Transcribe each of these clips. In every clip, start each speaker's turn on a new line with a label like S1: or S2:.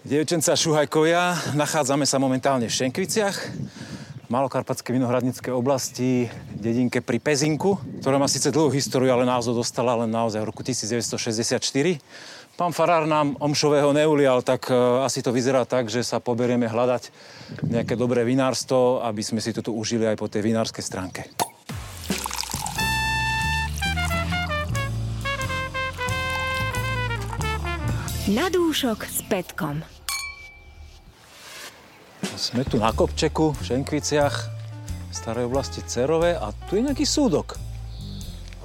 S1: dievčenca Šuhajkovia. Nachádzame sa momentálne v Šenkviciach, v malokarpatskej vinohradníckej oblasti, dedinke pri Pezinku, ktorá má síce dlhú históriu, ale názov dostala len naozaj v roku 1964. Pán Farár nám omšového neulial, tak e, asi to vyzerá tak, že sa poberieme hľadať nejaké dobré vinárstvo, aby sme si to tu užili aj po tej vinárskej stránke.
S2: Na dúšok s Petkom.
S1: Sme tu na Kopčeku v Šenkviciach, v starej oblasti Cerové a tu je nejaký súdok.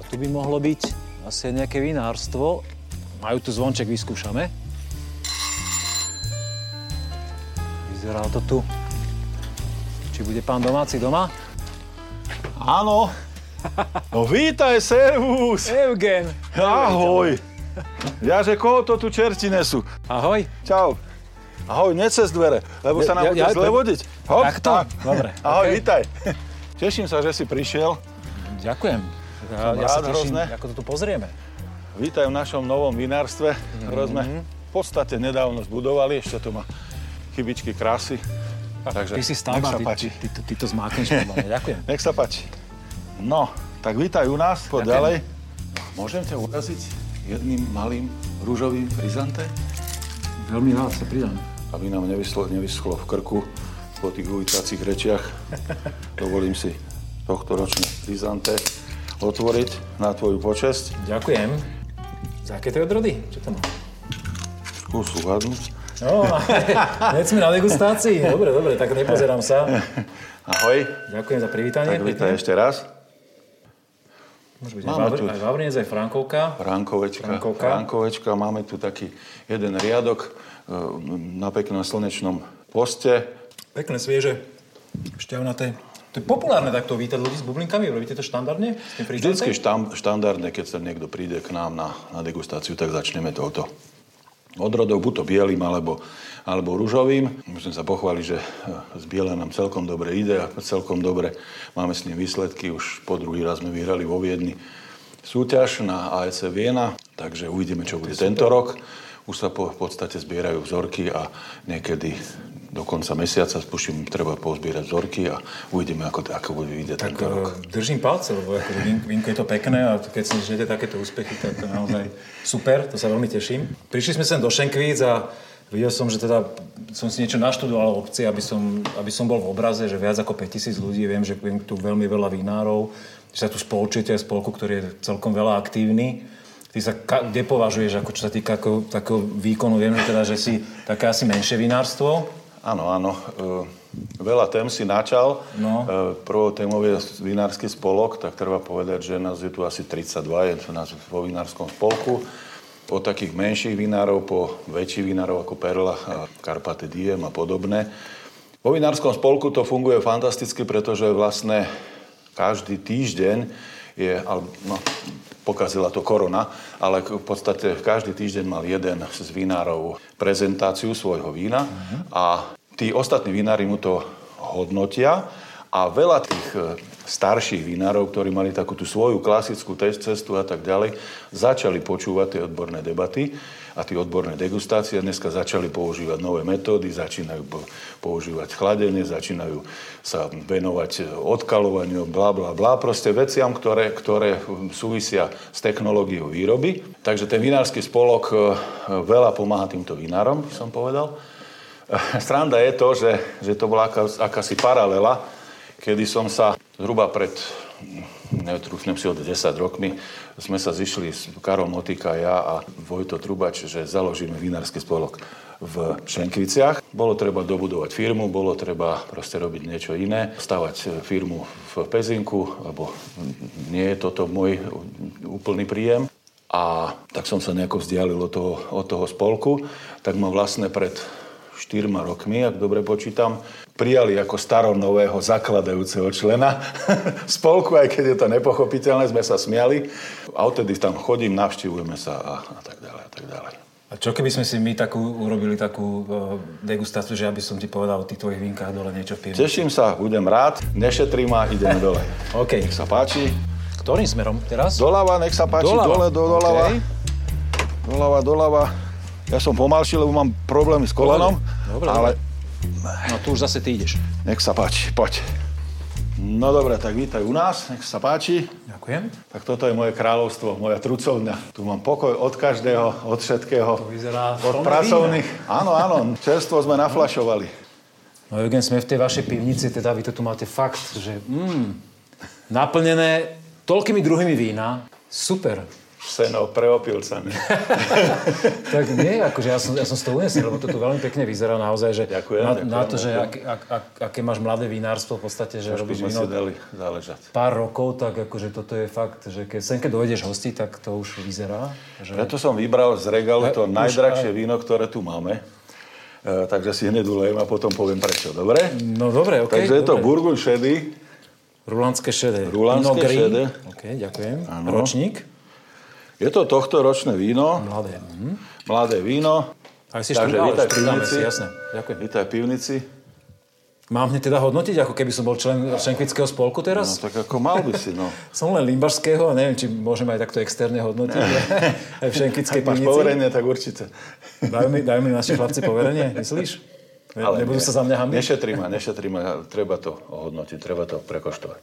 S1: A tu by mohlo byť asi aj nejaké vinárstvo. Majú tu zvonček, vyskúšame. Vyzerá to tu. Či bude pán domáci doma?
S3: Áno. No vítaj, servus.
S1: Eugen!
S3: Ahoj. Ja, že koho to tu čerti nesú?
S1: Ahoj!
S3: Čau. Ahoj, ne cez dvere, lebo sa
S1: Ja-
S3: nám
S1: ja-
S3: bude
S1: ja-
S3: zle vodiť. Hop,
S1: Takto? Dobre,
S3: Ahoj,
S1: okej.
S3: vítaj. Teším sa, že si prišiel.
S1: Ďakujem. Ja,
S3: Som
S1: ja sa
S3: rád,
S1: teším,
S3: hrozné.
S1: ako to tu pozrieme.
S3: Vítaj v našom novom vinárstve, ktoré sme
S1: Mhm.
S3: v podstate nedávno zbudovali. Ešte tu má chybičky krásy. Takže
S1: Ty si
S3: nech
S1: stavba,
S3: sa
S1: ty,
S3: páči.
S1: ty, ty, to- ty to zmákneš podľa mňa. Ďakujem.
S3: Nech sa páči. No, tak vítaj u nás, poď
S1: Ďakujem.
S3: ďalej. Môžem ťa uraziť jedným malým rúžovým frizantem?
S1: Veľmi rád sa pridám.
S3: Aby nám nevyschlo, nevyschlo v krku po tých uvitacích rečiach. Dovolím si tohto ročné frizante otvoriť na tvoju počesť.
S1: Ďakujem. Za aké to je odrody? Čo to má?
S3: Skús uhadnúť.
S1: No, hneď sme na degustácii. Dobre, dobre, tak nepozerám sa.
S3: Ahoj,
S1: Ďakujem za privítanie.
S3: tak vítaj ešte raz.
S1: Môže byť aj,
S3: Máme
S1: Vavr-
S3: tu-
S1: aj Vavrinec, aj Frankovka.
S3: Rankovečka.
S1: Rankovka.
S3: Rankovečka. Máme tu taký jeden riadok e, na peknom slnečnom poste.
S1: Pekné, svieže, šťavnaté. To je populárne takto vítať ľudí s bublinkami. Robíte to štandardne? S tým frižantom?
S3: Vždycky štam, štandardne, keď sem niekto príde k nám na, na degustáciu, tak začneme touto odrodov, buď to bielým alebo, alebo ružovým. Musím sa pochváliť, že eh, z biela nám celkom dobre ide a celkom dobre máme s ním výsledky. Už po druhý raz sme vyhrali vo Viedni súťaž na AEC Viena, takže uvidíme, čo bude tento rok. Už sa po, v podstate zbierajú vzorky a niekedy do konca mesiaca, tuším, treba pozbierať vzorky a uvidíme, ako, ako bude vidieť
S1: Tak
S3: tento rok.
S1: eh, držím palce, lebo ako vin- vinko je to pekné a keď si žijete takéto úspechy, tak to je naozaj super, to sa veľmi teším. Prišli sme sem do Šenkvíc a videl som, že teda som si niečo naštudoval v obci, aby som, aby som bol v obraze, že viac ako 5000 ľudí, viem, že je tu veľmi veľa vinárov, že sa tu spolčujete aj spolku, ktorý je celkom veľa aktívny. Ty sa ka- kde považuješ, ako čo sa týka ako, takého výkonu? Viem, že teda, že si také asi menšie vinárstvo.
S3: Áno, áno. E, Veľa tém si načal.
S1: No.
S3: E, Prvou témou je vinársky spolok, tak treba povedať, že nás je tu asi 32, je tu nás vo vinárskom spolku. Od takých menších vinárov po väčších vinárov ako Perla, a Karpaty Diem a podobné. Vo vinárskom spolku to funguje fantasticky, pretože vlastne každý týždeň je, al- no, pokazila to korona, ale k- v podstate každý týždeň mal jeden z vinárov prezentáciu svojho vína a tí ostatní vinári mu to hodnotia a veľa tých e, starších vinárov, ktorí mali takú tú svoju klasickú test cestu a tak ďalej, začali počúvať tie odborné debaty a tie odborné degustácie. Dneska začali používať nové metódy, začínajú po- používať chladenie, začínajú sa venovať e, odkalovaniu, bla, bla, bla. Proste veciam, ktoré, ktoré mm, súvisia s technológiou výroby. Takže ten vinársky spolok e, e, veľa pomáha týmto vinárom, by som povedal. Eh, Sranda je to, že, že to bola aká, akási paralela, kedy som sa zhruba pred, netrúfnem si od 10 rokmi, sme sa zišli s Karol Motika, ja a Vojto Trubač, že založíme vinársky spolok v Šenkviciach. Bolo treba dobudovať firmu, bolo treba proste robiť niečo iné, stavať e, firmu v Pezinku, lebo mm, nie je toto môj mm, úplný príjem. A tak som sa nejako vzdialil od toho, od toho spolku, tak ma vlastne pred štyrma rokmi, ak dobre počítam, prijali ako staronového zakladajúceho člena spolku, aj keď je to nepochopiteľné, sme sa smiali. A odtedy tam chodím, navštívujeme sa a, a tak ďalej, a tak ďalej.
S1: A čo keby sme si my takú, urobili takú e, degustáciu, že aby som ti povedal o tých tvojich vínkach dole niečo v pivu?
S3: Teším sa, budem rád, nešetrím a idem dole.
S1: OK.
S3: Nech sa páči.
S1: Ktorým smerom teraz?
S3: Doľava, nech sa páči,
S1: Doľava.
S3: dole, do, doľava.
S1: OK.
S3: Doľava, doľava. Ja som pomalší, lebo mám problémy s kolanom,
S1: Dobre,
S3: ale
S1: No tu už zase ty ideš.
S3: nech sa páči, poď. No dobre, tak vítaj u nás, nech sa páči.
S1: Ďakujem.
S3: Tak toto je moje kráľovstvo, moja trucovňa. Tu mám pokoj od každého, od všetkého. To
S1: vyzerá
S3: od
S1: plné
S3: pracovných. Áno, áno, čerstvo sme naflašovali.
S1: No Eugen, sme v tej vašej pivnici, teda vy to tu máte fakt, že mm, naplnené toľkými druhými vína. Super.
S3: Seno pre opilcami.
S1: Tak nie, akože ja som, ja som z toho unesený, lebo to tu veľmi pekne vyzerá naozaj, že
S3: Ďakujem,
S1: na,
S3: ďakujem,
S1: na to, že
S3: ďakujem.
S1: ak, ak, ak, aké máš mladé vinárstvo v podstate, že
S3: By
S1: robíš
S3: sme si
S1: víno
S3: dali záležať.
S1: pár rokov, tak akože toto je fakt, že keď, sem keď dojdeš hosti, tak to už vyzerá. Že...
S3: Preto som vybral z regálu
S1: už
S3: to najdrahšie víno, ktoré tu máme. E, takže si hneď ulejem a potom poviem prečo, dobre?
S1: No dobre, ok.
S3: takže je to
S1: dobre.
S3: Burguľ šedý,
S1: Rulandské šedé.
S3: Rulandské
S1: Pinot Gris.
S3: šedé.
S1: Ok, ďakujem.
S3: Áno.
S1: Ročník.
S3: je to tohto ročné víno,
S1: Mladé. Mhm.
S3: mladé víno.
S1: Aj si
S3: Takže
S1: štúdame,
S3: vítaj v
S1: štúdame
S3: pivnici.
S1: si, jasné. Ďakujem.
S3: Vítaj v pivnici.
S1: Mám hneď teda hodnotiť, ako keby som bol člen Šenkvického spolku
S3: No
S1: teraz?
S3: tak ako mal by si, no.
S1: Som len limbašského, neviem, či môžem aj takto externe hodnotiť. aj v Šenkvickej
S3: Keď máš
S1: pivnici.
S3: poverenie, tak určite.
S1: Dajú mi, dajú mi naši chlapci poverenie, myslíš? Ne, nebudú
S3: nie.
S1: sa za mňa hambiť?
S3: Nešetrí ma, nešetrí ma. Treba to ohodnotiť, treba to prekoštovať.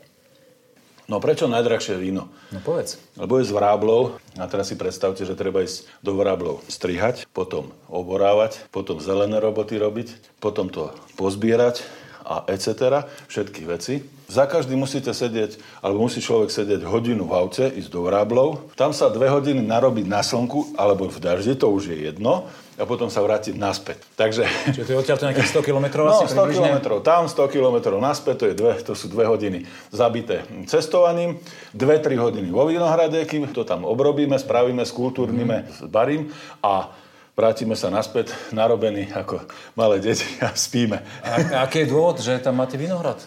S3: No prečo najdrahšie víno?
S1: No povedz.
S3: Lebo je z vráblov, a teraz si predstavte, že treba ísť do vráblov strihať, potom oborávať, potom zelené roboty robiť, potom to pozbierať a etc. Všetky veci. Za každý musíte sedieť, alebo musí človek sedieť hodinu v aute, ísť do vráblov. Tam sa dve hodiny narobiť na slnku, alebo v daždi, to už je jedno. A potom sa vrátiť naspäť. Takže...
S1: Čiže to je odtiaľ to nejakých 100 km asi približne?
S3: No, 100 kilometrov tam, 100 kilometrov naspäť, to, je dve, to sú dve hodiny zabité cestovaním, 2-3 hodiny vo Vinohrade, kým to tam obrobíme, spravíme, skultúrnime s barím a vrátime sa naspäť narobení ako malé deti a spíme.
S1: A, aký je dôvod, že tam máte vinohrad?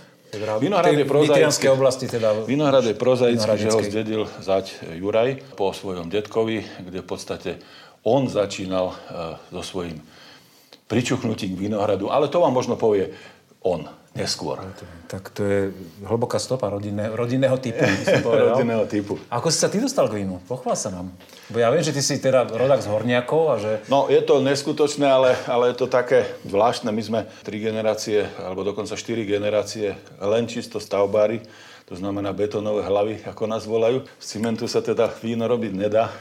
S3: Vinohrad je prozaický.
S1: Nitrianskej oblasti teda.
S3: Vinohrad je prozaický, že ho
S1: Vinohradický.
S3: zdedil zať Juraj po svojom detkovi, kde v podstate on začínal e, so svojím pričuchnutím k vinohradu, ale to vám možno povie on neskôr.
S1: Tak to je hlboká stopa rodinné, rodinného typu, by som povedal.
S3: rodinného typu.
S1: Ako si sa ty dostal k vínu? Pochvál sa nám. Bo ja viem, že ty si teda rodak z Horniakov a že...
S3: No, je to neskutočné, ale, ale je to také zvláštne. My sme tri generácie, alebo dokonca štyri generácie, len čisto stavbári, to znamená betonové hlavy, ako nás volajú. Z cimentu sa teda víno robiť nedá.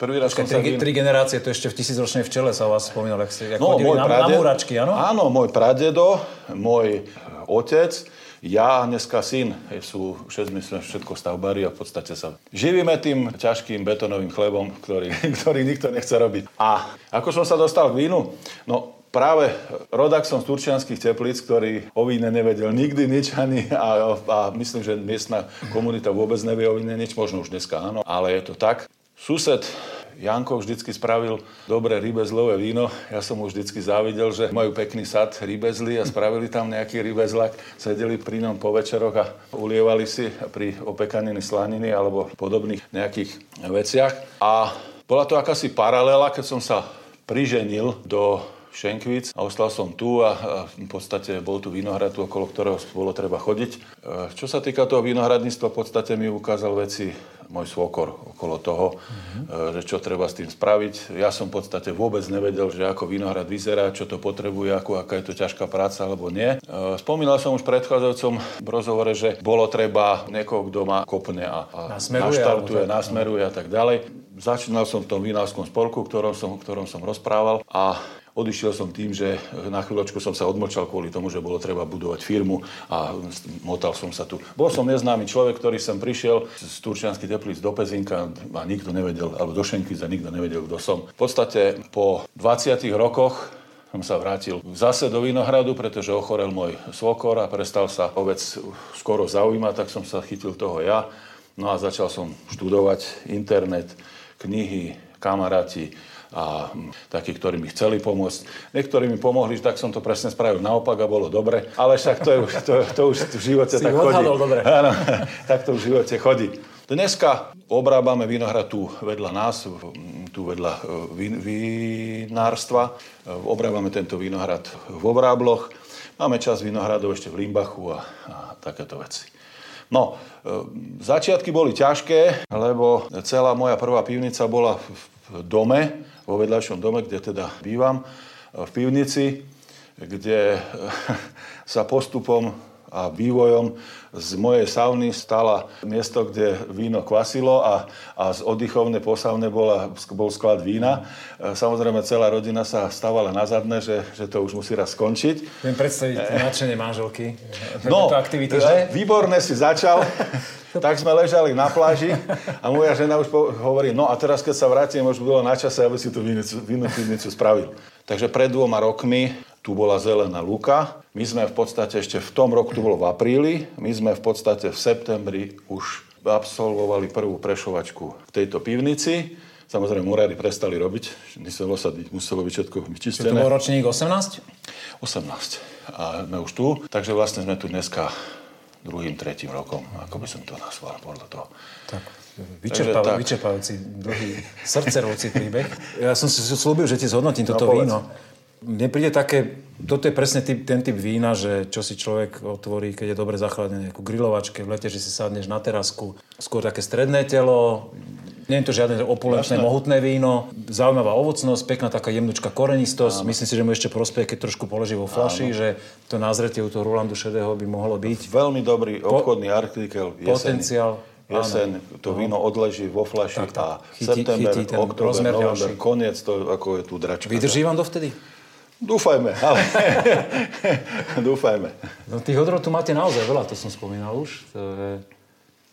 S3: Prvý raz
S1: Počkaj,
S3: som sa
S1: tri,
S3: vín-
S1: tri, generácie, to ešte v tisícročnej včele sa o vás spomínal, ak ste jak
S3: No,
S1: chodili
S3: môj
S1: na, na
S3: prade-
S1: múračky, áno?
S3: Áno, môj pradedo, môj otec, ja a dneska syn, Hej, sú všetci my sme všetko stavbári a v podstate sa živíme tým ťažkým betonovým chlebom, ktorý, ktorý nikto nechce robiť. A ako som sa dostal k vínu? No, Práve rodak som z Turčianských teplíc, ktorý o víne nevedel nikdy nič ani a, a myslím, že miestna komunita vôbec nevie o víne nič, možno už dneska áno, ale je to tak. Sused Janko vždycky spravil dobré rybezlové víno. Ja som mu vždycky závidel, že majú pekný sad rybezly a spravili tam nejaký rybezlak. Sedeli pri ňom po večeroch a ulievali si pri opekaniny slaniny alebo podobných nejakých veciach. A bola to akási paralela, keď som sa priženil do Šenkvic a ostal som tu a, a v podstate bol tu vinohrad, tu okolo ktorého bolo treba chodiť. E, Čo sa týka toho vinohradníctva, v podstate mi ukázal veci môj svokor okolo toho, mm-hmm. že čo treba s tým spraviť. Ja som v podstate vôbec nevedel, že ako vinohrad vyzerá, čo to potrebuje, ako, aká je to ťažká práca alebo nie. E, Spomínal som už v predchádzajúcom rozhovore, že bolo treba niekoho, kto ma kopne a, a
S1: Nasmeruje,
S3: naštartuje,
S1: alebo tak.
S3: nasmeruje a tak ďalej. Začínal som v tom vinárskom spolku, ktorom som, ktorom som rozprával a odišiel som tým, že na chvíľočku som sa odmlčal kvôli tomu, že bolo treba budovať firmu a motal som sa tu. Bol som neznámy človek, ktorý sem prišiel z Turčianských teplíc do Pezinka a nikto nevedel, alebo do Šenkvic a nikto nevedel, kto som. V podstate po 20 rokoch som sa vrátil zase do Vinohradu, pretože ochorel môj svokor a prestal sa o vec skoro zaujímať, tak som sa chytil toho ja. No a začal som študovať internet, knihy, kamaráti a mm, takí, ktorí mi chceli pomôcť. Niektorí mi pomohli, že tak som to presne spravil naopak a bolo dobre, ale však to, je, už- to, to už v živote
S1: Si
S3: tak
S1: ich odhadol
S3: chodí.
S1: dobre.
S3: Áno, tak to v živote chodí. Dneska obrábame vinohrad tu vedľa nás, v- tu vedľa e, vin- vinárstva. E, Obrábame tento vinohrad v obrábloch. Máme čas vinohradov ešte v Limbachu a, a takéto veci. No, e, začiatky boli ťažké, lebo celá moja prvá pivnica bola v v dome, vo vedľajšom dome, kde teda bývam, v pivnici, kde e, sa postupom a vývojom z mojej sauny stala miesto, kde víno kvasilo a, a z oddychovne po saune bola, bol sklad vína. E, Samozrejme, celá rodina sa stávala na zadne, že, že to už musí raz skončiť.
S1: Viem predstaviť nadšenie manželky.
S3: E- No, e-
S1: Takéto aktivity, že?
S3: výborne si začal. tak sme ležali na pláži a moja žena už po- hovorí, no a teraz, keď sa vrátim, už bolo na čase, aby si tú vinicu, vinnú pivnicu spravil. Takže pred dvoma rokmi tu bola zelená luka. My sme v podstate ešte v tom roku, to bolo v apríli, my sme v podstate v septembri už absolvovali prvú prešovačku v tejto pivnici. Samozrejme, murári prestali robiť, muselo, sa, muselo byť všetko
S1: Že to bol
S3: vyčistené.
S1: ročník 18?
S3: 18. A sme už tu, takže vlastne sme tu dneska druhým, tretím rokom, ako by som to nazval podľa toho.
S1: Tak, vyčerpáv,
S3: tak.
S1: vyčerpávajúci, dlhý, srdcervúci príbeh. Ja som si slúbil, že ti zhodnotím toto
S3: No, povedz.
S1: víno. Mne príde také, toto je presne typ, ten typ vína, že čo si človek otvorí, keď je dobre zachladené, ku grilovačke, v lete, že si sadneš na terasku. Skôr také stredné telo, nie je to žiadne opulentné,
S3: Jasné.
S1: mohutné víno, zaujímavá ovocnosť, pekná taká jemnučka korenistosť. Myslím si, že mu ešte prospeje, keď trošku položí vo flaši, že to názretie u toho Rolandu Šedého by mohlo byť.
S3: Veľmi dobrý obchodný artikel. jeseň.
S1: potenciál, áno.
S3: Jeseň, to víno odleží vo flaši
S1: Tak, tak.
S3: a
S1: Chytí-
S3: september,
S1: chytí ten
S3: október,
S1: rozmer
S3: november,
S1: ďalší.
S3: koniec, to ako je tu dračka.
S1: Vydrží vám dovtedy?
S3: Dúfajme, ale dúfajme.
S1: No tých odrov tu máte naozaj veľa, to som spomínal už. To, je,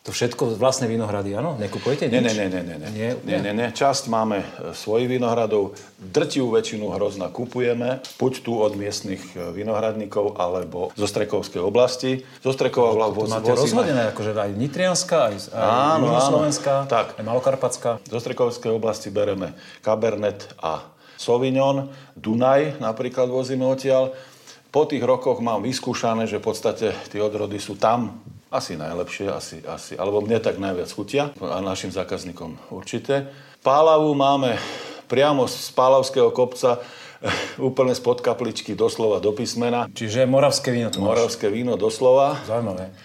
S1: to všetko vlastné vinohrady, áno? Nekupujete nič?
S3: Nie, nie, nie, nie, nie, nie.
S1: Nie,
S3: nie, nie, nie. Časť máme e, svojich vinohradov, drtivú väčšinu hrozna kupujeme, buď tu od miestnych e, vinohradníkov, alebo zo Strekovskej oblasti. Zo Strekova vla-
S1: No, To
S3: voz-
S1: máte
S3: vozíme-
S1: rozhodené, akože aj Nitrianská, aj, aj
S3: Áno, áno.
S1: Juhoslovenská,
S3: Tak.
S1: aj Malokarpatská.
S3: Zo Strekovskej oblasti bereme Cabernet a Sauvignon, Dunaj napríklad vozíme odtiaľ. Po tých rokoch mám vyskúšané, že v podstate tie odrody sú tam asi najlepšie, asi, asi, alebo mne tak najviac chutia a našim zákazníkom určite. Pálavu máme priamo z Pálavského kopca úplne spod kapličky, doslova do písmena.
S1: Čiže moravské víno tu máš.
S3: Moravské víno doslova.
S1: Zaujímavé.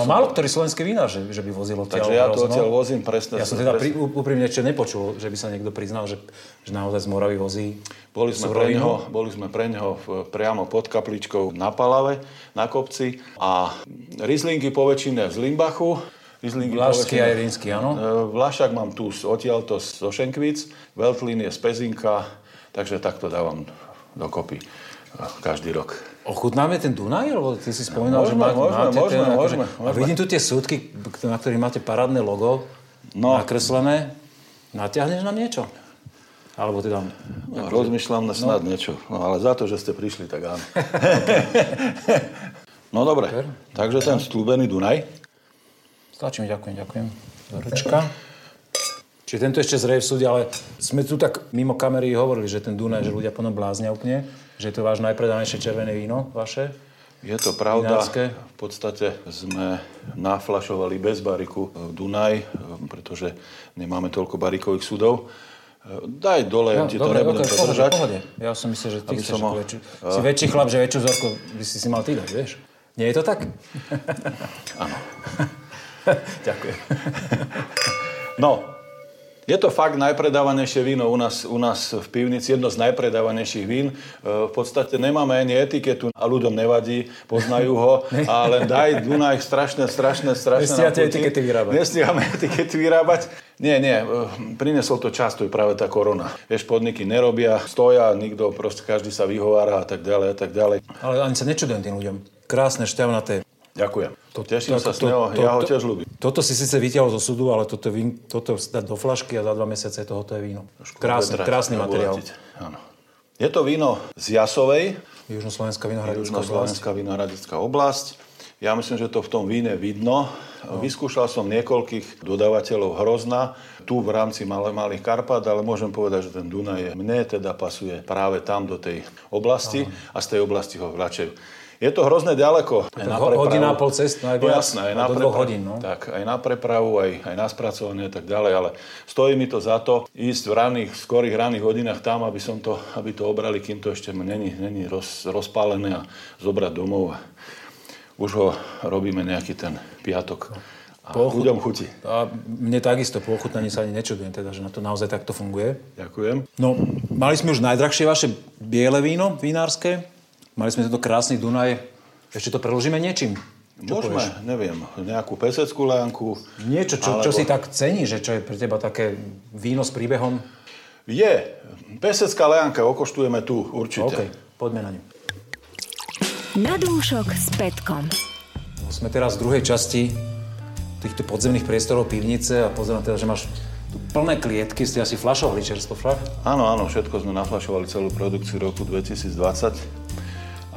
S1: To no
S3: som-
S1: málo ktorý slovenský vína, že, že by vozil odtiaľ.
S3: Takže ja to
S1: hrozno.
S3: odtiaľ vozím presne.
S1: Ja som teda
S3: presne-
S1: pri, úprimne ešte nepočul, že by sa niekto priznal, že, že naozaj z Moravy vozí
S3: Boli sme, pre
S1: surovinu.
S3: neho, boli sme pre neho v, priamo pod kapličkou na Palave, na kopci a Rizlingy po väčšine z Limbachu. Rizlingy
S1: Vlašský
S3: poväčšine-
S1: aj rímsky, áno?
S3: E, Vlašak mám tu z- odtiaľto zo Šenkvíc, Veltlín je z Pezinka, takže takto dávam dokopy e, každý rok.
S1: Ochutnáme ten Dunaj, lebo ty si spomínal,
S3: No,
S1: že
S3: môžeme,
S1: máte,
S3: môžeme,
S1: máte ten,
S3: môžeme,
S1: akože-
S3: môžeme,
S1: A
S3: môžeme.
S1: vidím tu tie súdky, k- na ktorých máte parádne logo
S3: No.
S1: nakreslené. Natiahneš nám niečo? Alebo teda...
S3: No, rozmýšľam na snad niečo, no, ale za to, že ste prišli, tak áno. no dobre, takže ten stúbený Dunaj.
S1: Stačí mi, ďakujem, ďakujem. Ručka. Čiže tento ešte zrej v súde, ale sme tu tak mimo kamery hovorili, že ten Dunaj, že ľudia po ňom bláznia úplne, že je to váš najpredanejšie červené víno vaše.
S3: Je to pravda.
S1: Vinárske?
S3: V podstate sme naflašovali bez bariku Dunaj, pretože nemáme toľko barikových súdov. Daj dole, ja, ti to
S1: No, dobre,
S3: nebudem
S1: ok,
S3: to
S1: v pohode,
S3: držať.
S1: v pohode. Ja som myslel, že ty
S3: Aby
S1: chceš
S3: som eh, mal-
S1: ako väčšiu... Si väčší chlap, že väčšiu vzorku by si si mal ty dať, vieš? Nie je to tak? Áno. Ďakujem.
S3: No, je to fakt najpredávanejšie víno u nás, u nás v pivnici, jedno z najpredávanejších vín. E, V podstate nemáme ani etiketu a ľuďom nevadí, poznajú ho, ale daj Dunaj strašné, strašné, strašné.
S1: Nestíhate
S3: naputí.
S1: etikety vyrábať.
S3: Nestíhame etikety vyrábať. Nie, nie, e, priniesol to čas, to je práve tá korona. Vieš, podniky nerobia, stoja, nikto, proste každý sa vyhovára a tak ďalej a tak ďalej.
S1: Ale ani sa nečudujem tým ľuďom. Krásne, šťavnaté.
S3: Ďakujem. Teším sa z neho, ja ho tiež ľúbim.
S1: Toto si síce vytiahol zo sudu, ale toto, vín, toto si dať do flašky a za dva mesiace tohoto je víno. Krásny,
S3: Vedrať,
S1: krásny materiál.
S3: obohatiť. Áno. Je to víno z Jasovej,
S1: Južnoslovenská vinohradická oblasť.
S3: Južnoslovenská vinohradická oblasť. Ja myslím, že to v tom víne vidno.
S1: No.
S3: Vyskúšal som niekoľkých dodávateľov hrozna, tu v rámci Mal- Malých Karpat, ale môžem povedať, že ten Dunaj je, mne teda pasuje práve tam do tej oblasti a z tej oblasti ho vračajú. Je to hrozne ďaleko. Aj
S1: tak ho- hodina a pol cest najviac,
S3: No jasné, aj
S1: a
S3: na
S1: do dvoch hodín, no.
S3: tak, aj na prepravu, aj, aj na spracovanie a tak ďalej, ale stojí mi to za to ísť v raných, v skorých raných hodinách tam, aby, som to, aby to obrali, kým to ešte není, není roz,
S1: No.
S3: rozpálené a zobrať domov. a Už ho robíme nejaký ten piatok
S1: Po ochu-
S3: ľuďom chutí.
S1: A mne takisto po ochutnaní sa ani nečudujem, teda, že na to naozaj takto funguje.
S3: Ďakujem.
S1: No, mali sme už najdrahšie vaše biele víno, vinárske. Mali sme tento krásny Dunaj. Ešte to preložíme niečím. Čo
S3: Môžeme,
S1: povieš?
S3: neviem, nejakú peseckú lánku.
S1: Niečo, čo, čo si tak cení, že čo je pre teba také víno s príbehom.
S3: Je. Pesecká lejanka okoštujeme tu, určite.
S1: OK, poďme na ňu.
S2: Na dúšok s Petkom.
S1: Sme teraz v druhej časti týchto podzemných priestorov pivnice a pozerám teda, že máš tu plné klietky, ste asi flašovali čerstvo fľa.
S3: Áno, áno, všetko sme naflašovali celú produkciu roku 2020,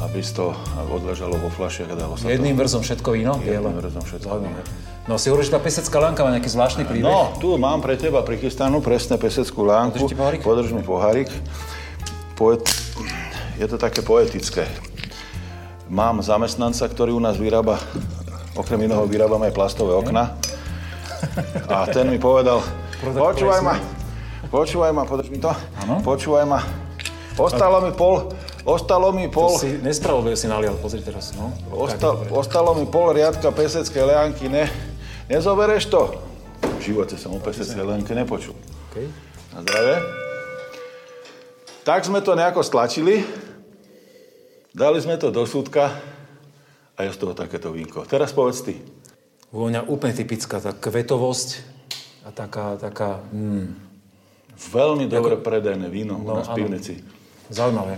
S3: aby to odležalo vo flašiach a dalo sa
S1: Jedným
S3: to...
S1: vrzom všetko víno, biele.
S3: Jedným vrzom všetko
S1: Zaujímavé. No si hovoríš, že tá pesecká lanka má nejaký zvláštny príbeh.
S3: No, tu mám pre teba prichystanú presne peseckú lánku.
S1: Podrž ti pohárik.
S3: Podrž mi pohárik. Poet... Je to také poetické. Mám zamestnanca, ktorý u nás vyrába, okrem iného vyrábame aj plastové okna. A ten mi povedal,
S1: Product
S3: počúvaj ma,
S1: placement.
S3: počúvaj ma, podrž mi to,
S1: Áno.
S3: počúvaj ma. Ostalo mi pol, ostalo
S1: To
S3: mi pol,
S1: si nespravodlivo si nalial, pozri teraz, no.
S3: Osta-
S1: Tak, dobre.
S3: ostalo mi pol riadka peseckej leanky, ne? Nezobereš to? V živote som o peseckej leanke nepočul.
S1: Okej.
S3: Na zdravie. Tak sme to nejako stlačili, dali sme to do súdka a je z toho takéto vínko. Teraz povedz ty.
S1: Vo mňa úplne typická tá kvetovosť a taká, taká, mm,
S3: Veľmi dobre predajné víno u
S1: No,
S3: nás
S1: áno.
S3: v pivnici.
S1: zaujímavé.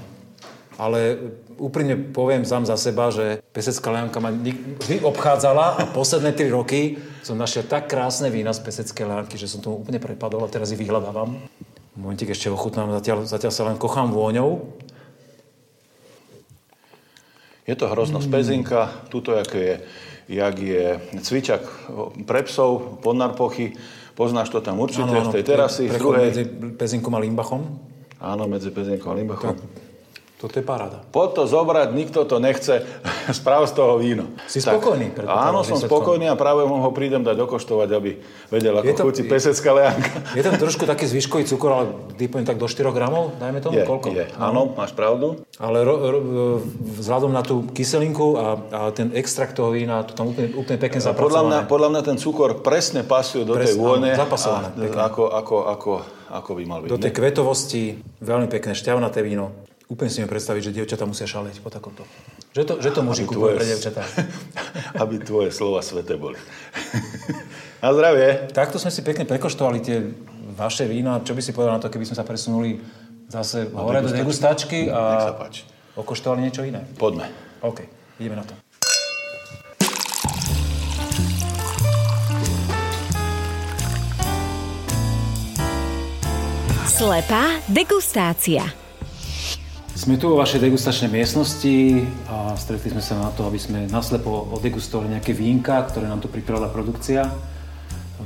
S1: Ale úprimne poviem sám za seba, že Pesecká lejanka ma nik- vždy obchádzala a posledné tri roky som našiel tak krásne vína z Peseckej lejanky, že som tomu úplne prepadol a teraz ich vyhľadávam. Momentík ešte ochutnám, zatiaľ, zatiaľ sa len kochám vôňou.
S3: Je to hrozno z pezinka, tuto aké je, jak je cvičak o, pre psov, podnarpochy, poznáš to tam určite
S1: Áno, áno,
S3: z tej terasy, z
S1: prechod
S3: druhej.
S1: medzi Pezinkom a Limbachom.
S3: Áno, medzi Pezinkom a Limbachom.
S1: Toto je paráda.
S3: Poď to zobrať, nikto to nechce, správ z toho víno.
S1: Si spokojný, predpokladám,
S3: Áno, som
S1: výsledkom.
S3: spokojný a práve mu ho prídem dať dokoštovať, aby vedel, ako
S1: Je to-
S3: chutí pesecká lejanka.
S1: Je tam trošku taký zvyškový cukor, ale typujem tak do 4 gramov, dajme tomu,
S3: Je,
S1: koľko?
S3: je. Áno, máš pravdu.
S1: Ale ro, ro, vzhľadom na tú kyselinku a, a ten extrakt toho vína, to tam úplne, úplne pekne
S3: Podľa mňa,
S1: zapracované.
S3: podľa mňa ten cukor presne pasuje do
S1: Presne,
S3: tej vône.
S1: áno, zapasované,
S3: a-
S1: pekne.
S3: ako, ako, ako, ako by mal
S1: Do
S3: byť.
S1: tej
S3: ne?
S1: kvetovosti, veľmi pekné, šťavnaté víno. Úplne si mi predstaviť, že dievčatá musia šaleť po takomto. Že to, že to muži kupujú
S3: tvoje-
S1: pre dievčatá.
S3: aby tvoje slova sveté boli. Na zdravie.
S1: Takto sme si pekne prekoštovali tie vaše vína. Čo by si povedal na to, keby sme sa presunuli zase hore do degustačky
S3: Nech sa
S1: a
S3: páči.
S1: okoštovali niečo iné?
S3: Poďme.
S1: OK, ideme na to.
S2: Slepá degustácia.
S1: Sme tu vo vašej degustačnej miestnosti a stretli sme sa na to, aby sme naslepo odegustovali nejaké vínka, ktoré nám tu pripravila produkcia.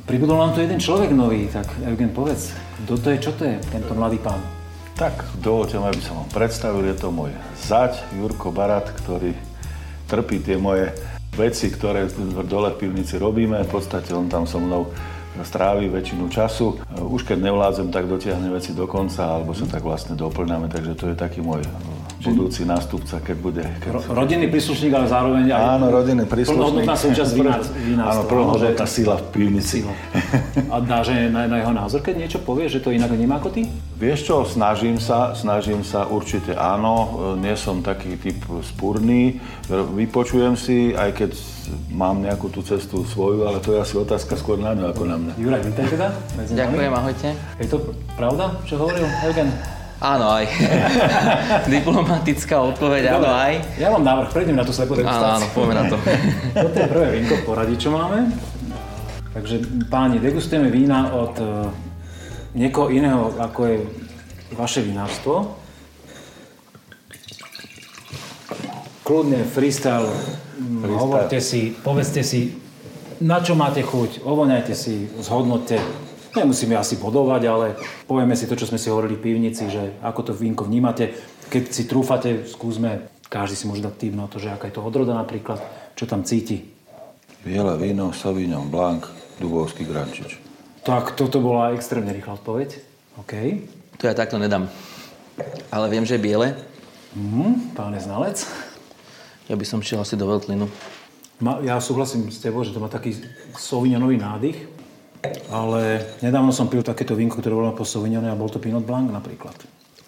S1: Pribudol nám tu jeden človek nový, tak Eugen, povedz, kto to je, čo to je, tento mladý pán?
S3: Tak, dovolte mi, aby som vám predstavil, je to môj zať Jurko Barat, ktorý trpí tie moje veci, ktoré dole v pivnici robíme. V podstate on tam so mnou strávi väčšinu času. Už keď nevládzem, tak dotiahne veci do konca, alebo sa tak vlastne doplňame, takže to je taký môj eh, budúci nástupca, keď bude... Keď...
S1: Ro- rodinný príslušník, ale zároveň aj
S3: Áno, rodinný príslušník.
S1: plnohodnotná súčasť vinár, vinárstva.
S3: Áno, plnohodnotná sila v pivnici.
S1: A dáš aj na, na jeho názor, keď niečo povie, že to inak nemá ako ty?
S3: Vieš čo, snažím sa, snažím sa určite áno, e, nie som taký typ spúrny, E, vypočujem si, aj keď mám nejakú tú cestu svoju, ale to je asi otázka skôr na ňu ako na mňa.
S1: Juraj, vítaj teda. medzi nami.
S4: Ďakujem, ahojte.
S1: Je to pravda, čo hovoril Eugen?
S4: Áno, aj. Diplomatická odpoveď, áno,
S1: Dobre,
S4: aj.
S1: Ja mám návrh, prejdem na tú slepú
S4: Áno,
S1: degustáciu.
S4: áno, poďme na to.
S1: Toto je prvé vínko v poradí, čo máme. Takže páni, degustujeme vína od e, niekoho iného, ako je vaše vinárstvo. Kľudne, freestyle, mm, hovorte si, povedzte si, na čo máte chuť, ovoňajte si, zhodnote. Nemusíme asi bodovať, ale povieme si to, čo sme si hovorili v pivnici, že ako to vínko vnímate. Keď si trúfate, skúsme, každý si môže dať tým na to, že aká je to odroda napríklad, čo tam cíti.
S3: Biele víno, Sauvignon Blanc, Dubovský Grančič.
S1: Tak toto bola extrémne rýchla odpoveď. OK.
S4: To ja takto nedám. Ale viem, že je biele.
S1: Mhm, pán je znalec.
S4: Ja by som šiel asi do Veltlinu.
S1: ma, ja súhlasím s tebou, že to má taký soviňanový nádych, ale nedávno som pil takéto vínko, ktoré bolo po soviňane a bol to Pinot Blanc napríklad.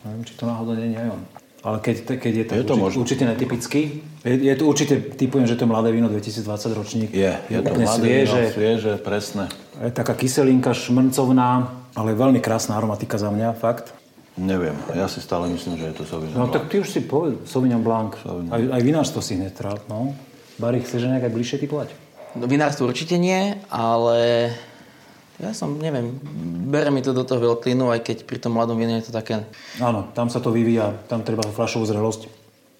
S1: Neviem, či to náhodou nie je aj on. Ale keď, te- keď je to,
S3: Je to
S1: určite,
S3: možné.
S1: určite netypický, je, je to určite, typujem, že to mladé víno 2020 ročník.
S3: Je, je to
S1: úplne
S3: mladé
S1: svieže,
S3: víno, svieže, presné.
S1: je taká kyselinka šmrncovná, ale veľmi krásna aromatika za mňa, fakt.
S3: Neviem, ja si stále myslím, že je to Sauvignon
S1: No
S3: Blanc.
S1: tak ty už si povedal, Sauvignon Blanc. Aj, aj vinárstvo si hneď tráp, no. Bari, chceš nejak aj bližšie typovať?
S4: No, vinárstvo určite nie, ale ja som, neviem, bere mi to do toho veľklinu, aj keď pri tom mladom víne je to také...
S1: Áno, tam sa to vyvíja, tam treba fľašovú zrelosť.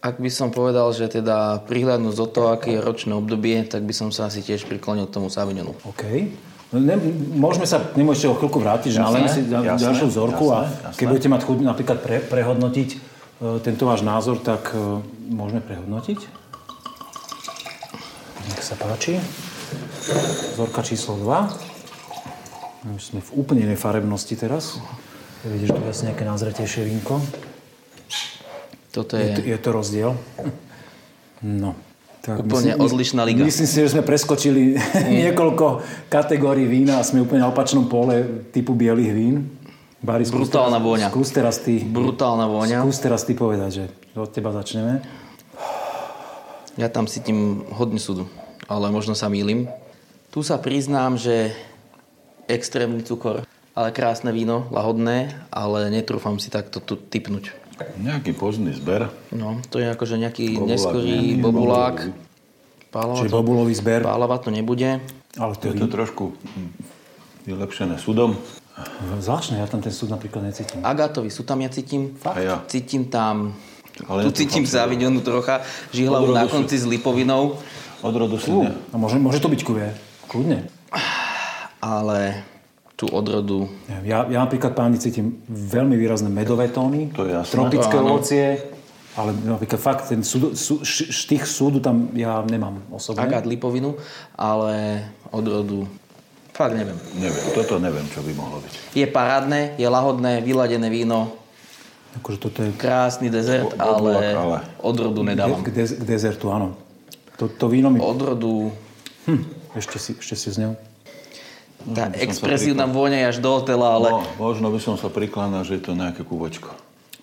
S4: Ak by som povedal, že teda prihľadnúť do toho, aké je ročné obdobie, tak by som sa asi tiež priklonil k tomu Sauvignu.
S1: OK. No, Ne, môžeme sa, nemôžete o chvíľku vrátiť, že
S3: Jasné,
S1: nalejme si da,
S3: jasné,
S1: ďalšiu vzorku a
S3: jasné, jasné.
S1: keď budete mať chuť napríklad pre, prehodnotiť e, tento váš názor, tak e, môžeme prehodnotiť. Nech sa páči. Vzorka číslo 2. No, už sme v úplne inej farebnosti teraz. Tu Vidíš, že tu je asi nejaké názretejšie vínko.
S4: Toto
S1: Je, to- je
S4: je...
S1: to rozdiel. No. Tak
S4: Úplne odlišná liga.
S1: Myslím si, že sme preskočili niekoľko kategórií vína a sme úplne na opačnom pole typu bielých vín. Bari, skús
S4: Brutálna
S1: teraz-
S4: vôňa.
S1: Skús teraz ty,
S4: Brutálna vôňa.
S1: skús teraz ty povedať, že od teba začneme.
S4: Ja tam cítim hodne súdu, ale možno sa mýlim. Tu sa priznám, že extrémny cukor, ale krásne víno, lahodné, ale netrúfam si takto tu typnúť.
S3: Nejaký pozdný zber.
S4: No, to je akože nejaký
S3: Bobulák,
S4: neskorý
S3: nejaký
S4: bobulák.
S1: Čiže
S4: Pálava to,
S1: bobulový zber.
S4: pálava to nebude.
S1: Ale to
S3: Je
S1: je
S3: to trošku hm, vylepšené sudom.
S1: zvláštne, ja tam ten súd napríklad necítim.
S4: Agatový sú tam, ja cítim.
S3: A ja.
S4: Cítim tam...
S3: Ale
S4: Ale tu
S3: netrúfam
S4: cítim
S3: si to.
S4: závidenu trocha, žihlavu na
S3: Odrodu sú.
S4: konci s lipovinou,
S3: Odrodu si ne.
S1: A môže, môže to byť kuvie, kľudne.
S4: ale tú odrodu
S1: Neviem, Ja, ja napríklad páni cítim veľmi výrazné medové tóny,
S3: To je jasné.
S1: tropické
S4: Áno.
S1: ovocie, ale napríklad fakt ten súd, sú, š- štých súdu tam ja nemám
S3: Mhm.
S1: osobne.
S4: agát lipovinu, ale odrodu fakt neviem.
S3: Neviem, toto neviem, čo by mohlo byť.
S4: Je parádne, je lahodné, vyladené víno,
S1: Akože toto je k,
S4: krásny dezert,
S3: Bo-
S4: ale
S3: boblak, ale.
S4: odrodu nedávam.
S1: k, dez, k dezertu, áno. To, to víno mi...
S4: Odrodu,
S1: Hm, ešte si, ešte si z ňou.
S4: tá expresívna vôňa je až do hotela, ale
S3: No, možno by som sa prikláňal, že je to nejaké kúvočko.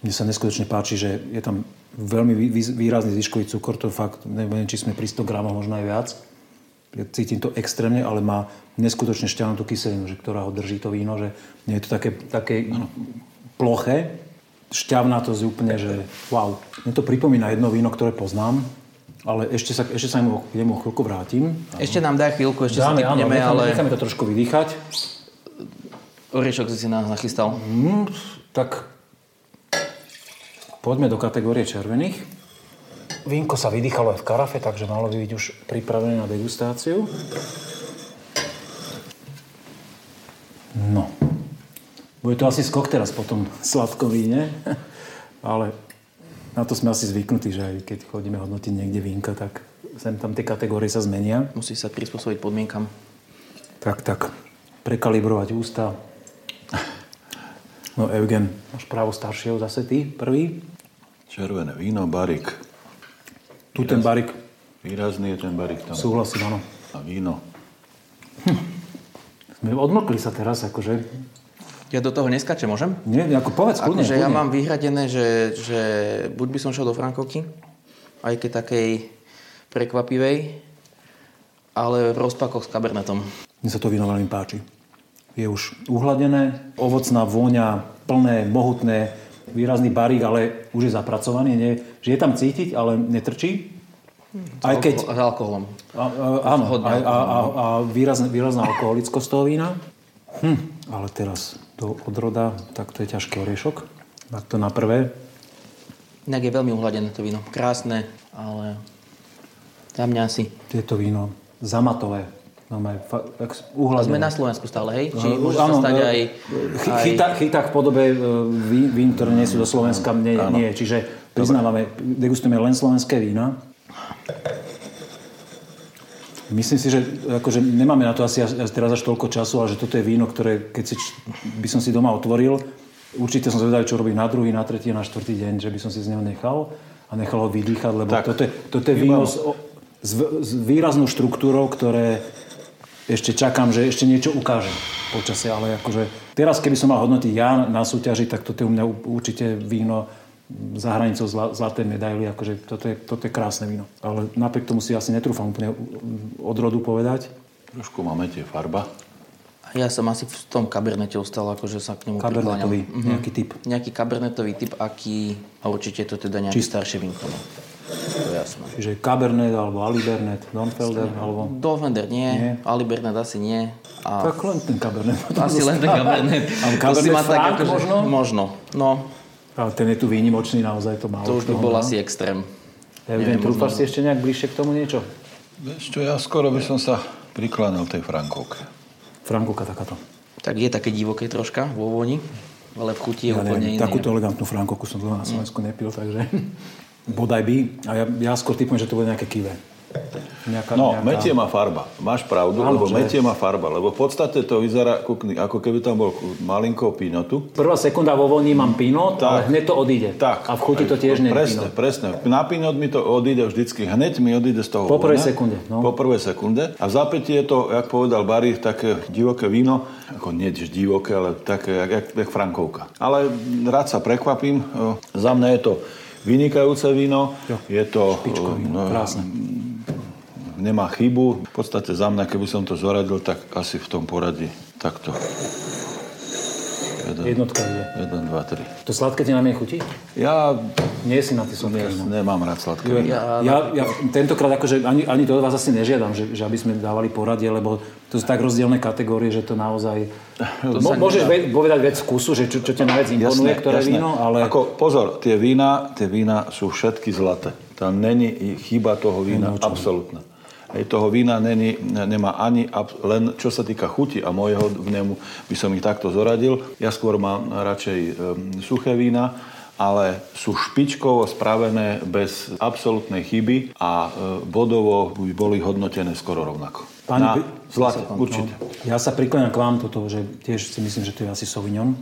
S1: Mne sa neskutočne páči, že je tam veľmi vý- vý- výrazný zvyškový cukor, to fakt, neviem, či sme pri 100 gramov, možno aj viac. Ja cítim to extrémne, ale má neskutočne šťavnú kyselinu, že, ktorá ho drží to víno, že nie je to také, také ploché. Šťavná to je úplne, že wow. Mne to pripomína jedno víno, ktoré poznám, ale ešte sa, ešte sa k nemu- k nemu chvíľku vrátim.
S4: ešte nám daj chvíľku, ešte
S1: Dáme,
S4: si
S1: áno,
S4: typneme,
S1: necháme,
S4: ale
S1: necháme to trošku vydýchať.
S4: oriešok si si nás nachystal.
S1: Mm, tak poďme do kategórie červených. Vínko sa vydýchalo aj v karafe, takže malo by byť už pripravené na degustáciu. No. Bude to asi skok teraz po tom sladkom víne, ale na to sme asi zvyknutí, že aj keď chodíme hodnotiť niekde vínka, tak sem tam tie kategórie sa zmenia.
S4: Musí sa prispôsobiť podmienkam.
S1: Tak, tak. Prekalibrovať ústa. No, Eugen, máš právo staršieho zase ty, prvý.
S3: Červené víno, barik.
S1: Tu ten barik.
S3: Výrazný je ten barik tam.
S1: Súhlasím, áno.
S3: A víno.
S1: Sme odmlkli sa teraz, akože.
S4: Ja do toho neskačem, môžem?
S1: Nie, ako povedz, kľudne,
S4: Akože ja
S1: kľudne.
S4: mám vyhradené, že, že buď by som šiel do Frankovky, aj keď takej prekvapivej, ale v rozpakoch s kabernetom.
S1: Mne sa to víno veľmi páči. Je už uhladené, ovocná vôňa, plné, mohutné, výrazný barík, ale už je zapracovaný. Nie, že je tam cítiť, ale netrčí. Aj keď,
S4: S alkoholom.
S1: A, a, áno,
S4: Hodne
S1: a, a, a, a výrazná, výrazná alkoholickosť toho vína. Hm, ale teraz do odroda, tak to je ťažký oriešok. Tak to na prvé.
S4: Inak je veľmi uhladené to víno. Krásne, ale za mňa asi.
S1: Tieto víno zamatové. Máme fa- tak
S4: Sme
S1: uhladené.
S4: na Slovensku stále, hej? Či
S1: No,
S4: môže sa
S1: áno,
S4: stať
S1: e,
S4: aj...
S1: chy-
S4: aj...
S1: Chyta, chyták v podobe e, vín, vín, ktoré nie sú do Slovenska, nie, nie. Čiže priznávame, degustujeme len slovenské vína. Myslím si, že akože nemáme na to asi až- až teraz až toľko času, ale že toto je víno, ktoré keď si, č- by som si doma otvoril, určite som zvedavý, čo robí na druhý, na tretí, na štvrtý deň, že by som si z neho nechal a nechal ho vydýchať, lebo
S3: Tak,
S1: toto je, toto je
S3: iba-
S1: víno s, o- s, v- s výraznou štruktúrou, ktoré ešte čakám, že ešte niečo ukážem počasie, ale akože teraz, keby som mal hodnotiť ja na súťaži, tak toto je u mňa u- určite víno za hranicou zla, zlaté medaily, akože toto je, toto je krásne víno. Ale napriek tomu si asi netrúfam úplne odrodu povedať.
S3: Trošku máme tie farba.
S4: A Ja som asi v tom kabernete ostal, akože sa k nemu
S1: Kabernetový,
S4: prikláňam. Mhm.
S1: nejaký typ.
S4: Nejaký kabernetový typ, aký, a určite je to teda nejaké staršie vinko. no. To je jasné.
S1: Čiže Cabernet alebo Alibernet, Donfelder alebo...
S4: Dolvender nie,
S1: Nie.
S4: nie. Alibernet asi nie. A
S1: Tak len ten Cabernet.
S4: asi len ten Cabernet.
S1: Ale
S4: To si
S1: Cabernet
S4: ma tak
S1: Franc
S4: akože-
S1: možno?
S4: Možno. No,
S1: Ale ten je tu výnimočný, naozaj to málo.
S4: to už by
S1: kto ho
S4: bol
S1: má.
S4: asi extrém.
S1: Ja neviem,
S4: neviem,
S1: trúfaš si ešte nejak bližšie k tomu niečo?
S3: Vieš čo, ja skoro by som sa prikláňal tej Frankovke.
S1: Frankovka takáto.
S4: Tak je také divoké troška vo voni, ale v chuti je
S1: Ja
S4: úplne
S1: neviem,
S4: iný.
S1: takúto elegantnú Frankovku som
S3: Mm.
S1: dlho na Slovensku nepil, takže bodaj by. A ja, ja skôr typujem, že to bude nejaké kive. Nejaká,
S3: No, metie má farba. Máš pravdu,
S1: Áno,
S3: lebo
S1: že?
S3: metie má farba. Lebo v podstate to vyzerá ako, kni- ako keby tam bol malinko pinotu.
S1: Prvá sekunda vo voní mám pinot,
S3: Tak.
S1: ale hneď to odíde.
S3: Tak.
S1: A v chuti to tiež no. nie je
S3: Presne,
S1: pinot.
S3: presne. Na pinot mi to odíde vždycky. Hneď mi odíde z toho
S1: Po prvej
S3: vona.
S1: sekunde, no.
S3: Po prvej sekunde. A v zápäti je to, jak povedal Barry, také divoké víno. Ako nie tiež divoké, ale také, jak, jak, jak Frankovka. Ale rád sa prekvapím. O, Za mňa je to vynikajúce víno. Je to...
S1: Pičkový,
S3: o, no,
S1: krásne.
S3: nemá chybu. V podstate za mňa, keby som to zoradil, tak asi v tom poradí takto. 1, 1, 2,
S1: Jednotka ide.
S3: 3.
S1: To sladké ti na mne chutí?
S3: Ja
S1: Nie si na ty sladké.
S3: yes,
S1: no.
S3: nemám rád sladké.
S1: Ja, ja, ja tentokrát akože ani, ani to od vás asi nežiadam, že, že aby sme dávali poradie, lebo to sú tak rozdielne kategórie, že to naozaj... To Eh, Mo, môžeš ve, povedať vec vkusu, že čo, čo ťa najviac imponuje, ktoré víno, ale... Ako...
S3: Ako, pozor, tie vína, tie vína sú všetky zlaté. Tam není i- chyba toho vína, absolútna. Aj toho vína není, ne- nemá ani, ab- len čo sa týka chuti a môjho vnemu by som ich takto zoradil. Ja skôr mám radšej um, suché vína, ale sú špičkovo spravené bez absolútnej chyby a e, bodovo by boli hodnotené skoro rovnako.
S1: Páni,
S3: Na
S1: pri-
S3: zlate, určite.
S1: no. Ja sa prikláňam k vám toto, že tiež si myslím, že to je asi Sauvignon.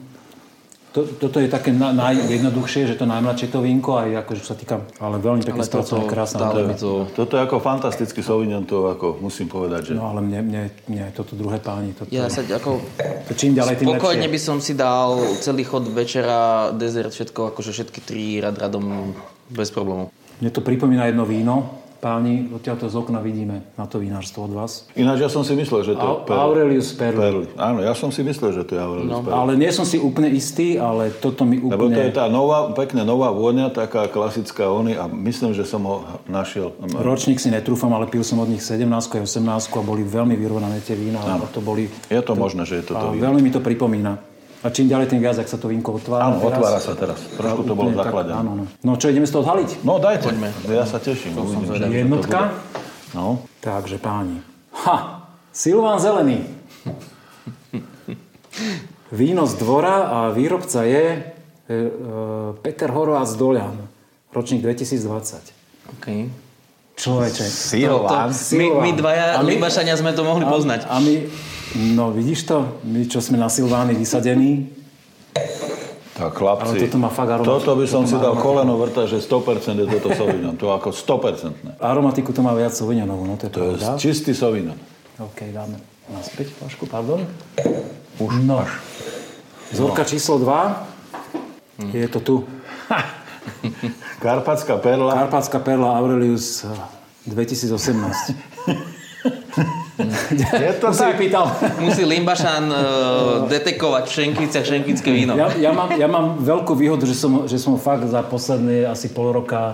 S1: To, toto je také na, najjednoduchšie, že to najmladšie to vínko, aj akože čo sa týka, ale veľmi pekne
S4: Ale
S1: spracované,
S4: toto
S1: krásne.
S4: stále
S1: odrobí.
S4: mi to...
S3: Toto je ako fantastický Sauvignon, to ako musím povedať, že...
S1: No ale mne, mne, mne toto druhé páni, toto,
S4: Ja sa ako...
S1: to čím ďalej, tým
S4: Spokojne
S1: lepšie.
S4: by som si dal celý chod večera, dezert, všetko, akože všetky tri rad radom bez problémov.
S1: Mne to pripomína jedno víno. Páni, odtiaľto z okna vidíme na to vinárstvo od vás.
S3: Ináč ja som si myslel, že to je
S1: Au- Aurelius Perl.
S3: Perl. Áno, ja som si myslel, že to je Aurelius no. Perl.
S1: Ale nie som si úplne istý, ale toto mi
S3: Lebo to je
S1: úplne...
S3: tá nová, pekne nová vôňa, taká klasická ony a myslím, že som ho našiel.
S1: Ročník si netrúfam, ale pil som od nich 17 a 18 a boli veľmi vyrovnané tie vína. A to boli...
S3: Je to možné, že je
S1: a
S3: toto víno.
S1: veľmi mi to pripomína. A čím ďalej, tým viac, ak sa to vínko otvára.
S3: Áno,
S1: teraz,
S3: otvára sa teraz. Trošku to bolo
S1: úplne tak, Áno,
S3: zakladané.
S1: áno. No čo, ideme si to odhaliť?
S3: No dajte, ja sa teším. uvidím, že to
S1: Jednotka.
S3: bude. No,
S1: Takže páni. Ha! Silván Zelený. Víno z dvora a výrobca je e, e, Peter Horváth Dolian. Ročník 2020.
S4: Okay.
S1: Človeče.
S3: Silván.
S4: My,
S1: Silván.
S4: my dvaja
S1: A my-
S4: Libašania sme to mohli poznať.
S1: A, a my, no vidíš to? My, čo sme na Silvány vysadení.
S3: Tak chlapci,
S1: Ale toto má fakt aromatiku,
S3: toto by som
S1: toto
S3: si
S1: má
S3: dal
S1: aromatiku.
S3: koleno vrta, že 100% je toto Sauvignon. To ako 100%.
S1: Aromatiku to má viac Sauvignonovú, no to je
S3: To je
S1: pravda.
S3: čistý Sauvignon.
S1: OK, dáme naspäť flašku, pardon. Už no. až.
S3: No.
S1: Vzorka číslo 2.
S3: Hm.
S1: Je to tu.
S3: Karpatská perla.
S1: Karpatská perla Aurelius eh, 2018.
S3: Je
S1: To
S3: to
S1: si
S3: tak?
S1: pýtal.
S4: Musí Limbašan uh, detekovať v Šenkviciach šenkvické
S3: No.
S4: víno.
S1: Ja, ja, mám, ja mám veľkú výhodu, že som, že som fakt za posledné asi pol roka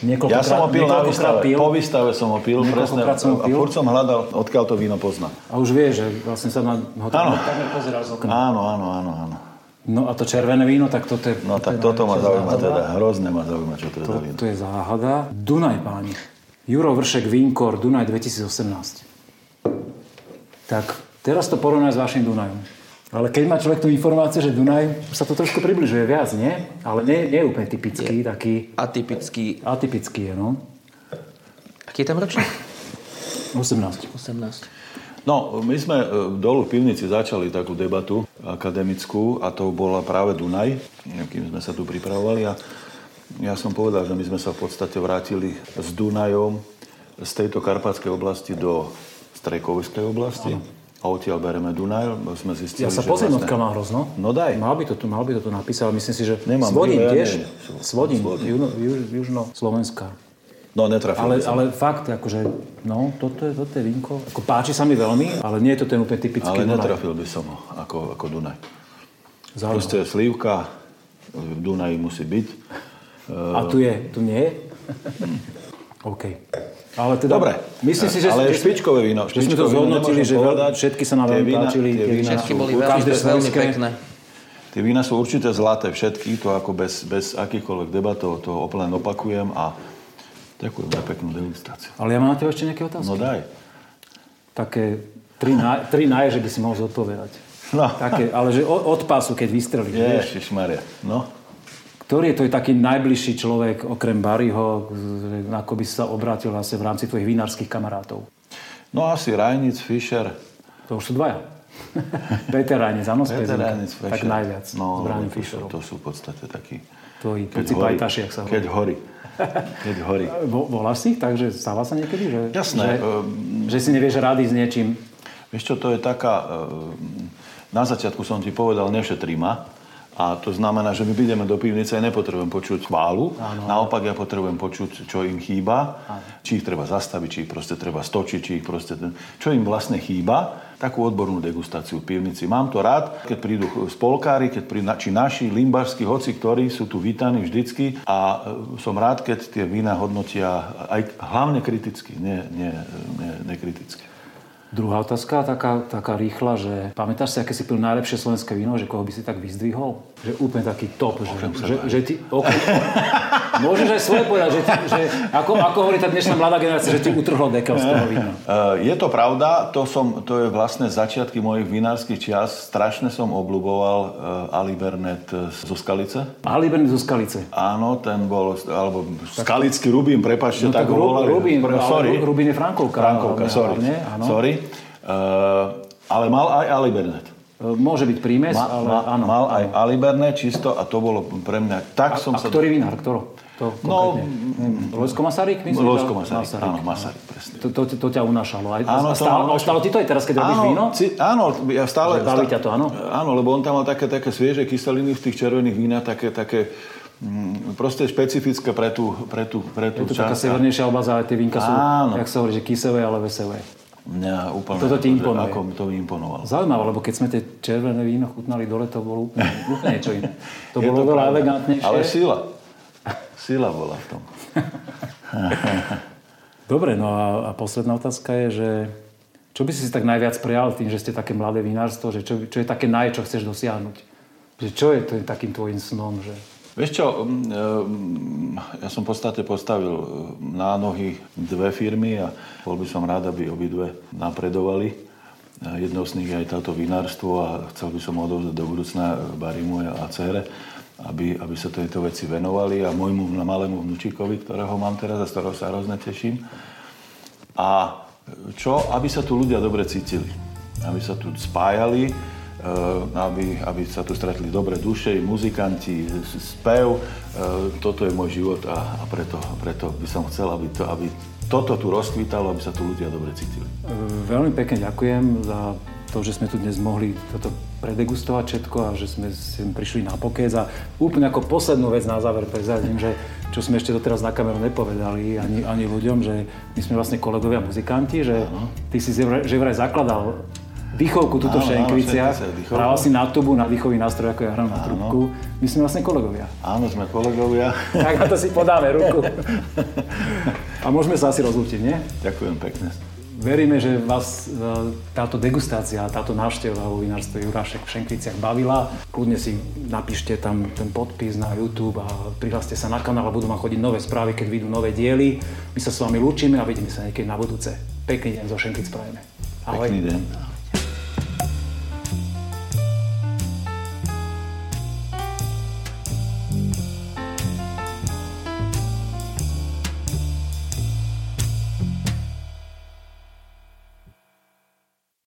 S1: niekoľkokrát
S3: Ja som ho pil na
S1: niekoľkokrát
S3: výstave.
S1: pil.
S3: Po výstave som ho pil, presne.
S1: Niekoľkokrát som ho
S3: A
S1: pil.
S3: furt som hľadal, odkiaľ to víno pozná.
S1: A už vie, že vlastne sa na ho
S3: Áno.
S1: tak pozeral z okna.
S3: Áno, áno, áno, áno.
S1: No a to červené víno, tak toto je...
S3: No tak toto ma zaujíma teda. Hrozne ma zaujíma, čo teda to je za víno.
S1: To je záhada. Dunaj, páni. Juro Vršek, Vinkor, Dunaj 2018. Tak, teraz to porovnaj s vašim Dunajom. Ale keď má človek tú informáciu, že Dunaj, už sa to trošku približuje viac, nie? Ale nie, nie je úplne typický, taký
S4: Atypický.
S1: atypický je, no.
S4: Aký je tam ročník?
S1: 18.
S4: 18.
S3: No, my sme e, dolu v pivnici začali takú debatu akademickú a to bola práve Dunaj, kým sme sa tu pripravovali a ja som povedal, že my sme sa v podstate vrátili s Dunajom z tejto karpatskej oblasti do Strejkovskej oblasti. A odtiaľ bereme Dunaj, lebo sme zistili,
S1: Ja sa
S3: že
S1: pozriem,
S3: vlastne-
S1: odkiaľ má hrozno.
S3: No daj.
S1: Mal by to tu, mal by to tu napísať, ale myslím si, že
S3: Nemám,
S1: Svodín
S3: ja
S1: tiež.
S3: neviem.
S1: Svodín,
S3: Svodín.
S1: južno, juž- južno-slovenská.
S3: No, netrafil
S1: Ale,
S3: by som.
S1: ale fakt, akože, no, toto je, toto je vinko. Ako, páči sa mi veľmi, ale nie je to ten úplne typický
S3: ale
S1: Dunaj.
S3: netrafil by som ho ako, ako Dunaj.
S1: Zaujímavé.
S3: Proste slívka v Dunaji musí byť.
S1: A tu je, tu nie je? OK. Ale teda,
S3: Dobre.
S1: myslím si, že,
S3: Ale
S1: že-
S3: špičkové víno,
S1: že sme
S3: špičkové
S1: to
S3: víno
S1: zhodnotili,
S3: nemôžem
S1: že veľ-
S3: povedať.
S1: všetky sa nám
S3: Tie
S1: veľmi
S3: vína-
S1: páčili.
S3: tie vína
S4: Všetky
S3: sú
S4: boli
S1: určite
S4: veľmi, veľmi
S1: slovenské.
S4: pekné.
S3: Tie vína sú určite zlaté, všetky, to ako bez, bez akýchkoľvek debatov, to len opakujem a ďakujem za peknú degustáciu.
S1: Ale ja mám na teba ešte nejaké otázky.
S3: No daj.
S1: Také tri, na, tri na, že by si mohol zodpovedať.
S3: No.
S1: Také, ale že od, od pásu, keď vystrelíš, vieš.
S3: Ježišmaria. No.
S1: Ktorý je to taký najbližší človek, okrem Barryho, na ako by si sa obrátil asi v rámci tvojich vinárskych kamarátov?
S3: No asi Rajnic, Fischer.
S1: To už sú dvaja. Peter Rajnec, áno, z
S3: Peter
S1: Pezinka.
S3: Rajnic, Fischer.
S1: Tak najviac, no, s
S3: lebo
S1: Brianom
S3: to, sú,
S1: Fischerom.
S3: to sú v podstate takí...
S1: Tvoji
S3: keď
S1: tuci
S3: horí-
S1: pajtaši, ak sa hovorí.
S3: Keď horí. Keď horí.
S1: Vo- Voláš si ich tak, že stáva sa niekedy, že,
S3: Jasné, ehm,
S1: že, že si nevieš rady s niečím?
S3: Vieš čo, to je taká... e, Na začiatku som ti povedal, nešetrí ma. A to znamená, že my ideme do pivnice a nepotrebujem počuť chválu. Áno. Naopak ja potrebujem počuť, čo im chýba. Áno. Či ich treba zastaviť, či ich proste treba stočiť, či ich proste... Čo im vlastne chýba. Takú odbornú degustáciu v pivnici. Mám to rád, keď prídu ch- spolkári, keď prídu, na- či naši, limbašskí, hoci ktorí sú tu vítaní vždycky. A e, som rád, keď tie vína hodnotia aj hlavne kriticky, nie, nie, nie, nekriticky.
S1: Druhá otázka, taká, taká rýchla, že pamätáš si, aké si pil najlepšie slovenské víno, že koho by si tak vyzdvihol? Že úplne taký top, že, že, že ty... Okrem, môžeš aj svoje povedať, že, ty, že ako, ako hovorí tá dnešná mladá generácia, že ti utrhlo dekel z toho vína.
S3: Eh, Je to pravda, to, som, to je vlastne začiatky mojich vinárskych čias. Strašne som obľúboval eh, Ali Bernet eh, zo Skalice.
S1: Aliberný zo Skalice.
S3: Áno, ten bol, alebo Skalický Rubín, prepačte,
S1: No
S3: tak,
S1: tak
S3: ho
S1: Ru-
S3: volali.
S1: Rubín,
S3: Pre-
S1: ale
S3: sorry.
S1: Ru- Rubín je Frankovka,
S3: Frankovka,
S1: hlavne,
S3: sorry.
S1: hlavne, áno.
S3: sorry. Eh, ale mal aj Ali Bernet.
S1: E, Môže byť prímes,
S3: Ma,
S1: ale
S3: ma,
S1: áno.
S3: mal aj Ali Bernet čisto a to bolo pre mňa, tak som
S1: a
S3: sa...
S1: ktorý vinár, ktorý? To
S3: No,
S1: konkrétne. Lojsko Masaryk? myslíš?
S3: Lojsko Masaryk,
S1: Masaryk.
S3: áno, Masaryk, presne.
S1: To, to, to ťa unášalo. Aj,
S3: Áno,
S1: áno,
S3: to
S1: stalo,
S3: ma unášalo.
S1: stalo ti to aj teraz, keď robíš
S3: áno,
S1: víno?
S3: Ci, áno, ja stále...
S1: Že baví ťa to, áno?
S3: Áno, lebo on tam mal také, také svieže kyseliny v tých červených vínach, také, také mm, proste špecifické pre tú, pre tú, pre tú
S1: Je to taká
S3: časť.
S1: severnejšia oblaza, ale tie vínka sú,
S3: Áno.
S1: jak sa hovorí, že kyselé, ale veselé.
S3: Mňa úplne...
S1: Toto ti
S3: akože,
S1: imponuje.
S3: Ako to mi imponovalo.
S1: Zaujímavé, lebo keď sme tie červené víno chutnali dole, to bolo úplne, úplne niečo iné. To
S3: Je
S1: bolo oveľa
S3: pravda.
S1: elegantnejšie.
S3: Ale sila. Sila bola v tom.
S1: Dobre, no a, a posledná otázka je, že čo by si si tak najviac prijal tým, že ste také mladé vinárstvo, že čo, čo je také naj, čo chceš dosiahnuť? Že čo je to takým tvojim snom? Že...
S3: Vieš čo, mm, ehm, ja som v podstate postavil eh, na nohy dve firmy a bol by som rád, aby obidve napredovali. Eh, Jednou z nich je aj táto vinárstvo a chcel by som odovzdať do budúcna eh, Barimu a cére, aby, aby sa tejto veci venovali a môjmu malému vnúčikovi, ktorého mám teraz a z ktorého sa hrozne teším. A čo? Aby sa tu ľudia dobre cítili. Aby sa tu spájali, e, aby, aby sa tu stretli dobre duše, muzikanti, s- spev. E, Toto je môj život a, a preto, preto by som chcel, aby, to, aby toto tu rozkvitalo, aby sa tu ľudia dobre cítili.
S1: Veľmi pekne ďakujem za to, že sme tu dnes mohli toto predegustovať všetko a že sme sem prišli na pokec a úplne ako poslednú vec na záver prezradím, že čo sme ešte doteraz na kameru nepovedali ani, ani ľuďom, že my sme vlastne kolegovia muzikanti, že ty si že vraj- že vraj zakladal dýchovku túto
S3: Áno, áno,
S1: v Šenkviciach,
S3: Šenkvice, dýchovka.
S1: hral si na tubu, na dýchový nástroj, ako ja hram na trubku. My sme vlastne kolegovia.
S3: Áno, sme kolegovia.
S1: Tak to si podáme ruku. A môžeme sa asi rozlúčiť, nie?
S3: Ďakujem pekne.
S1: Veríme, že vás e, táto degustácia, táto návšteva vo vinárstve Jurášek v Šenkviciach bavila. Kľudne si napíšte tam ten podpis na YouTube a prihláste sa na kanál a budú vám chodiť nové správy, keď vyjdú nové diely. My sa s vami lúčime a vidíme sa niekedy na budúce. Pekný deň zo Šenkvic prajeme. Ahoj.
S3: Pekný deň.